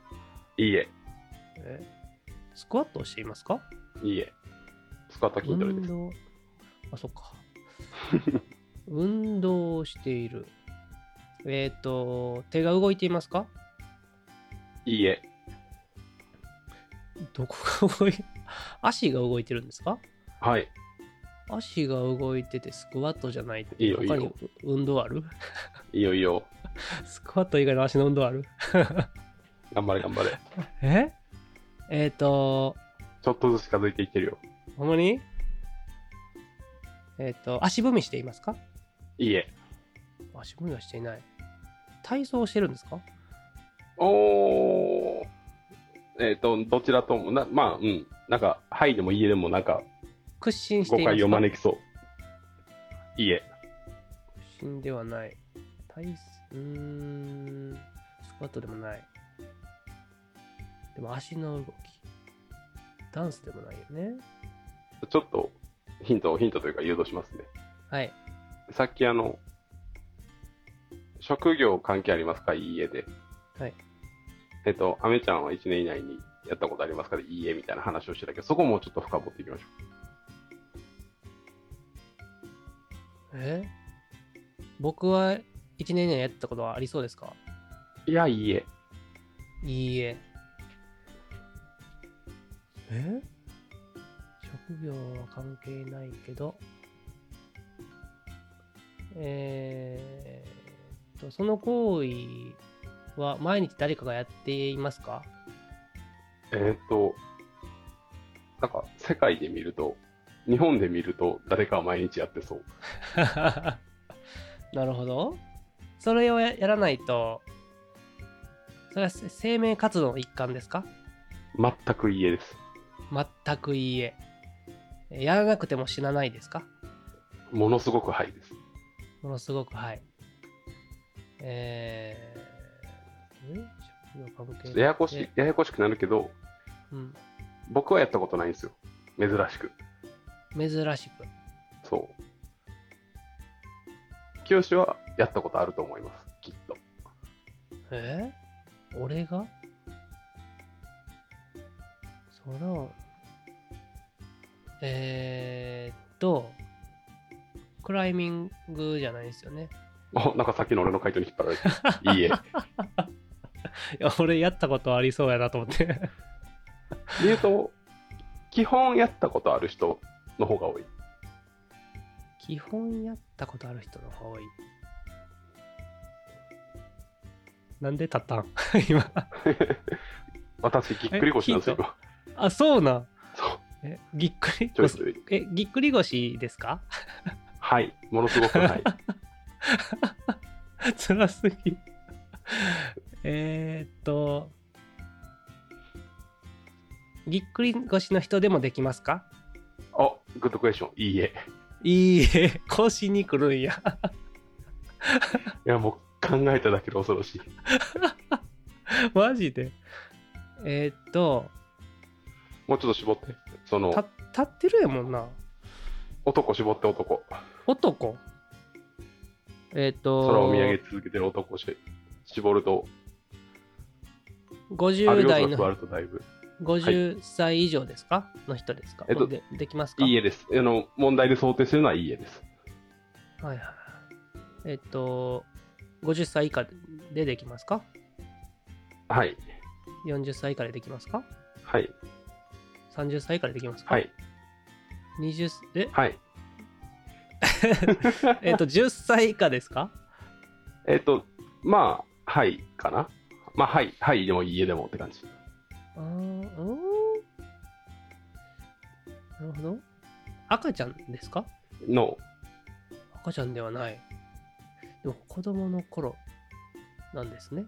Speaker 2: いえ。
Speaker 1: えスクワットをしていますか
Speaker 2: いいえ。スカット筋トレで
Speaker 1: 運
Speaker 2: す。
Speaker 1: 動、あ、そっか。運動をしている。えーっと、手が動いていますか
Speaker 2: いいえ。
Speaker 1: どこが動い、 [laughs] 足が動いてるんですか
Speaker 2: はい。
Speaker 1: 足が動いててスクワットじゃないって
Speaker 2: いいよ
Speaker 1: 他
Speaker 2: いい
Speaker 1: に
Speaker 2: よ
Speaker 1: 運動ある [laughs]
Speaker 2: いいよ、いいよ。
Speaker 1: スクワット以外の足の運動ある
Speaker 2: 頑張れ、頑
Speaker 1: [laughs]
Speaker 2: 張れ。
Speaker 1: ええっ、と、
Speaker 2: ちょっとずつ近づいていってるよ。
Speaker 1: ほんまにえっ、と、足踏みしていますか
Speaker 2: いいえ。
Speaker 1: 足踏みはしていない。体操をしてるんですか
Speaker 2: おー。えっ、と、どちらとも、なまあ、うん。なんか、はいでもいいえでも、なんか、
Speaker 1: 屈伸して
Speaker 2: 誤
Speaker 1: いま
Speaker 2: 解
Speaker 1: す
Speaker 2: を
Speaker 1: か
Speaker 2: 招きそう。いいえ。
Speaker 1: 屈伸ではない。体操、うーん、スクワットでもない。でも足の動き。ダンスでもないよね。
Speaker 2: ちょっと、ヒントを、ヒントというか誘導しますね。
Speaker 1: はい。
Speaker 2: さっきあの、職業関係ありますかいいえで。
Speaker 1: はい。
Speaker 2: えっと、アメちゃんは1年以内にやったことありますかでいいえみたいな話をしてたけど、そこもちょっと深掘っていきましょ
Speaker 1: え僕は1年以内にやったことはありそうですか
Speaker 2: う。いや、いいえ。
Speaker 1: いいえ。え職業は関係ないけど、えーっと、その行為は毎日誰かがやっていますか
Speaker 2: えっと、なんか、世界で見ると、日本で見ると、誰かは毎日やってそう。
Speaker 1: なるほど。それをややらないと、それはせ生命活動の一環ですか
Speaker 2: 全くいいえです。
Speaker 1: 全くいいえ。やらなくても死なないですか
Speaker 2: ものすごくはいです。
Speaker 1: ものすごくはい。えー、ん職業関
Speaker 2: ちょ
Speaker 1: 係
Speaker 2: っとややこしい、ややこしくなるけど、
Speaker 1: うん。
Speaker 2: 僕はやったことないんですよ。珍しく。
Speaker 1: 珍しく。
Speaker 2: そう。清はやったことあると思います、きっと。 [laughs]
Speaker 1: えー、俺がそれを、えー、っと、クライミングじゃないですよね。
Speaker 2: あ、なんかさっきの俺の回答に引っ張
Speaker 1: [laughs]
Speaker 2: られて。いいえ。
Speaker 1: いや、俺やったことありそうやなと思って。 [laughs]
Speaker 2: で言うと、基本やったことある人の方が多い。
Speaker 1: 基本やったことある人の方が多い。なんで立ったん [laughs] 今。
Speaker 2: 私、ぎっくり腰なんですよ。
Speaker 1: あ、そうなん。
Speaker 2: そう。
Speaker 1: え、ぎっくり
Speaker 2: ちょいちょい。
Speaker 1: え、ぎっくり腰ですか [laughs]
Speaker 2: はい。ものすごくはい。
Speaker 1: 辛すぎ。えーっと、ぎっくり腰の人でもできますか
Speaker 2: あ、グッドクエスチョン。いいえ。
Speaker 1: いいえ、腰に来るんや。 [laughs]
Speaker 2: いや、もう考えただけで恐ろしい。
Speaker 1: マジで。えーっと、
Speaker 2: もうちょっと絞って。その
Speaker 1: た、立ってるやもんな。
Speaker 2: 男絞って男。
Speaker 1: 男。えーっと、
Speaker 2: 空を見上げ続けてる男をし絞ると、ある
Speaker 1: 50
Speaker 2: 要
Speaker 1: 代
Speaker 2: 素が加わ
Speaker 1: の
Speaker 2: るとだいぶ。
Speaker 1: 50歳以上ですか、の人ですか、
Speaker 2: えっと
Speaker 1: これでできますか
Speaker 2: いいえです。あの、問題で想定するのはいいえです。
Speaker 1: はいはい。えっと、50歳以下でできますか
Speaker 2: はい。
Speaker 1: 40歳以下でできますか
Speaker 2: はい。
Speaker 1: 30歳以下でできますか、
Speaker 2: はい。
Speaker 1: 20え
Speaker 2: [laughs] はい。
Speaker 1: えっと、10歳以下ですか
Speaker 2: えっと、まあ、はいかな。まあ、はい。はいでもいいえでもって感じ。
Speaker 1: あーうーんなるほど。赤ちゃんですか
Speaker 2: の、
Speaker 1: 赤ちゃんではない。でも子供の頃なんですね。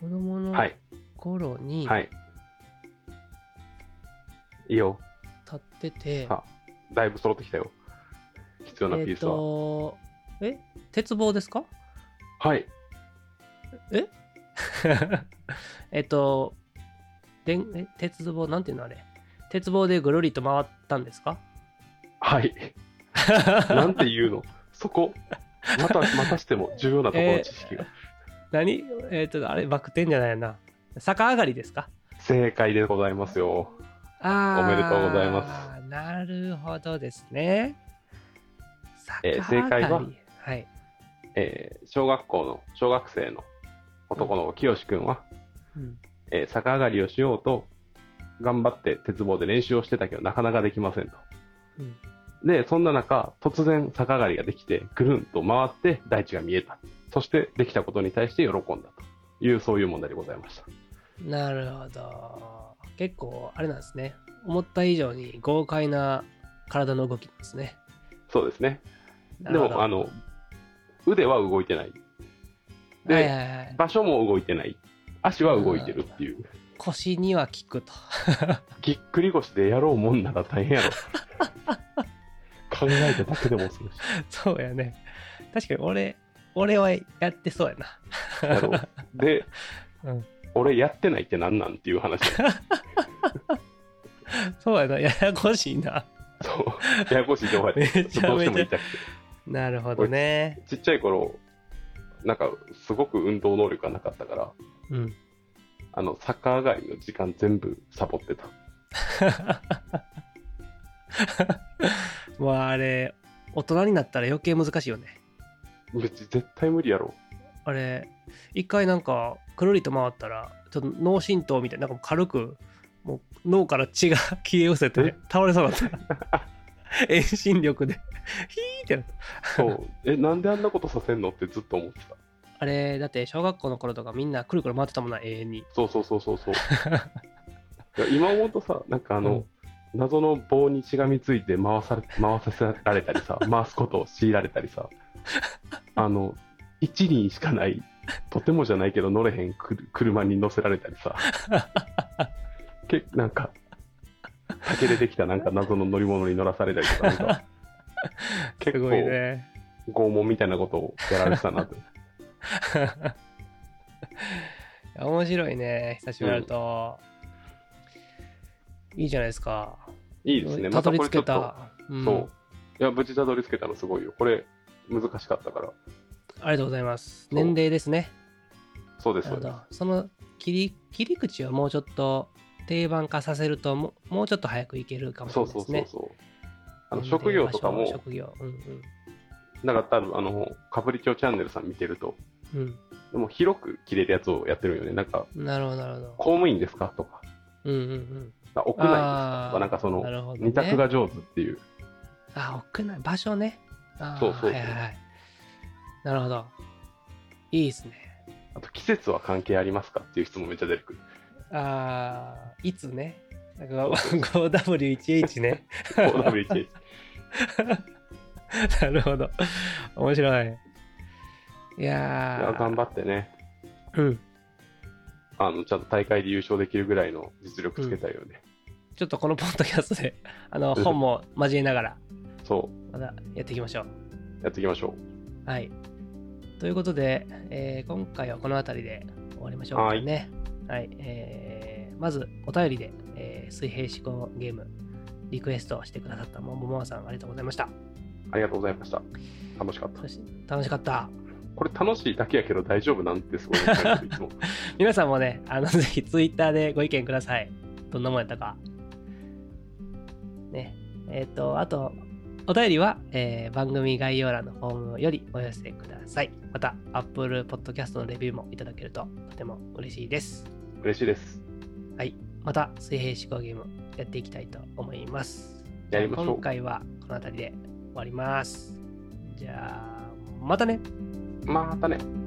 Speaker 1: 子供の
Speaker 2: はい。
Speaker 1: 頃に
Speaker 2: はい。いいよ。
Speaker 1: 立ってて、
Speaker 2: さあ、だいぶ揃ってきたよ。必要なピ
Speaker 1: えっ
Speaker 2: ースは。
Speaker 1: と、え鉄棒ですか
Speaker 2: はい。
Speaker 1: [laughs] えっと、でんえ鉄棒、なんていうのあれ鉄棒でぐるりと回ったんですか
Speaker 2: はい。なんて言うの [laughs] そこ。また、またしても重要なところの知識が。
Speaker 1: [laughs] 何えっと、あれ、バク転じゃないよな。逆上がりですか
Speaker 2: 正解でございますよ。
Speaker 1: あー
Speaker 2: おめでとうございま。
Speaker 1: なるほどですね。
Speaker 2: え
Speaker 1: 逆上が
Speaker 2: ー
Speaker 1: り
Speaker 2: 正解は
Speaker 1: はい。
Speaker 2: えー小学校の、小学生の男の子、きよしくんは、
Speaker 1: うん
Speaker 2: えー逆上がりをしようと、頑張って鉄棒で練習をしてたけど、なかなかできませんと。
Speaker 1: うん
Speaker 2: で、そんな中、突然逆上がりができて、ぐるんと回って大地が見えた。そして、できたことに対して喜んだという、そういう問題でございました。
Speaker 1: なるほど。結構、あれなんですね。思った以上に豪快な体の動きなんですね。
Speaker 2: そうですね。
Speaker 1: な
Speaker 2: で
Speaker 1: るほど
Speaker 2: も、あの、腕は動いてない。で、
Speaker 1: はいはいはい
Speaker 2: 場所も動いてない。足は動いてるっていう。
Speaker 1: 腰には効くと。
Speaker 2: ぎっくり腰でやろうもんなら大変やろ。
Speaker 1: [laughs]
Speaker 2: 考えただけでも恐ろし
Speaker 1: そうやね。確かに俺、俺はやってそうやな。
Speaker 2: いやろう。で、
Speaker 1: うん
Speaker 2: 俺やってないってなんなんっていう話。
Speaker 1: そうやな。ややこしいな。
Speaker 2: そう。ややこしい情報や
Speaker 1: めちゃめちゃ
Speaker 2: どうしても言いたくて。
Speaker 1: なるほどね。
Speaker 2: ちっちゃい頃、なんか、すごく運動能力がなかったから、
Speaker 1: うん。
Speaker 2: あの、逆上がりの時間全部サボってた。
Speaker 1: [laughs] もうあれ、大人になったら余計難しいよね。
Speaker 2: うち絶対無理やろ。
Speaker 1: あれ、一回なんか、くるりと回ったら、ちょっと脳震盪みたいな、なんか軽く、もう脳から血が [laughs] 消え失せて
Speaker 2: え、
Speaker 1: 倒れそうだった。 [laughs] 遠心力で、ヒーってなった。
Speaker 2: そう。え、なんであんなことさせんのってずっと思ってた。
Speaker 1: あれ、だって小学校の頃とかみんなくるくる回ってたもんな、永遠に。
Speaker 2: そうそうそ
Speaker 1: [laughs]
Speaker 2: うそうそう。いや今思うとさ、なんかあの、謎の棒にしがみついて回され回させられたり
Speaker 1: [laughs]
Speaker 2: さ、回すことを強いられたりさ、あの、一輪しかない、とてもじゃないけど乗れへんくる車に乗せられた
Speaker 1: [laughs]
Speaker 2: りさ、けなんか、竹でできたなんか謎の乗り物に乗らされたりとか、なん
Speaker 1: [laughs]
Speaker 2: か
Speaker 1: す
Speaker 2: 結構
Speaker 1: ごいね。
Speaker 2: 拷問みたいなことをやられてたなって。
Speaker 1: いや面白いね久しぶりだと、いいじゃないですか
Speaker 2: いいですね、
Speaker 1: たどり
Speaker 2: こ
Speaker 1: 着
Speaker 2: れちょ
Speaker 1: け
Speaker 2: っと
Speaker 1: た、うん
Speaker 2: そう。いや、無事たどり着けたのすごいよ。これ、難しかったから。
Speaker 1: ありがとうございます
Speaker 2: そう
Speaker 1: 年齢ですね
Speaker 2: そうです、
Speaker 1: なる
Speaker 2: そう
Speaker 1: ほ
Speaker 2: です
Speaker 1: ど。その切り切り口をもうちょっと定番化させるとももうちょっと早くいけるかもし
Speaker 2: そ
Speaker 1: れ
Speaker 2: う
Speaker 1: ない
Speaker 2: そ
Speaker 1: で
Speaker 2: う
Speaker 1: す
Speaker 2: そう
Speaker 1: ね
Speaker 2: そう。あの
Speaker 1: 年齢
Speaker 2: 職業とか
Speaker 1: 場所
Speaker 2: も、
Speaker 1: 職業うん
Speaker 2: なんか多分、あの、かぶり町チャンネルさん見てると、
Speaker 1: うん、
Speaker 2: でも広く着れるやつをやってるよね。なんか、
Speaker 1: うん、なるほどなるほど
Speaker 2: 公務員ですかとか、
Speaker 1: うんうんうん
Speaker 2: なんか屋内ですか
Speaker 1: あ
Speaker 2: と
Speaker 1: ー
Speaker 2: か、なんかその、
Speaker 1: なるほど、ね、
Speaker 2: 二択が上手っていう。
Speaker 1: あ、屋内、場所ね。あー
Speaker 2: そうそうそう
Speaker 1: はいはいはい。なるほど。いいですね。
Speaker 2: あと季節は関係ありますかっていう質問めっちゃ出てく
Speaker 1: [laughs]
Speaker 2: る。
Speaker 1: あーいつね。なんか 5W1H ね。 [laughs]
Speaker 2: 5W1H
Speaker 1: なるほど。面白い。い
Speaker 2: いや
Speaker 1: やー
Speaker 2: 頑張ってね
Speaker 1: うん。
Speaker 2: あの、ちゃんと大会で優勝できるぐらいの実力つけたいよね。
Speaker 1: ちょっとこのポッドキャストで、あの、
Speaker 2: うん
Speaker 1: 本も交えながら、
Speaker 2: そ
Speaker 1: またやっていきましょう。
Speaker 2: う、やっていきましょ
Speaker 1: はい。ということで、えー今回はこの辺りで終わりましょうかね。はい、えーまず、お便りで、えー水平思考ゲーム、リクエストしてくださったもももわさん、ありがとうございました。
Speaker 2: う。ありがとうございました。楽しかった
Speaker 1: そ。して楽しかった。
Speaker 2: これ楽しいだけやけど大丈夫なんて
Speaker 1: [laughs]
Speaker 2: すごい思ってるいつも
Speaker 1: 皆さんもね、あの、 [laughs] ぜひツイッターでご意見ください。どんなもんやったか。ね。えっ、と、あと、お便りは、えー番組概要欄のフォームよりお寄せください。また、Apple Podcast のレビューもいただけるととても嬉しいです。
Speaker 2: 嬉しいです。
Speaker 1: はい。また、水平思考ゲームやっていきたいと思います。
Speaker 2: やりましょう
Speaker 1: じゃあ今回はこの辺りで終わります。じゃあ、またね
Speaker 2: またね。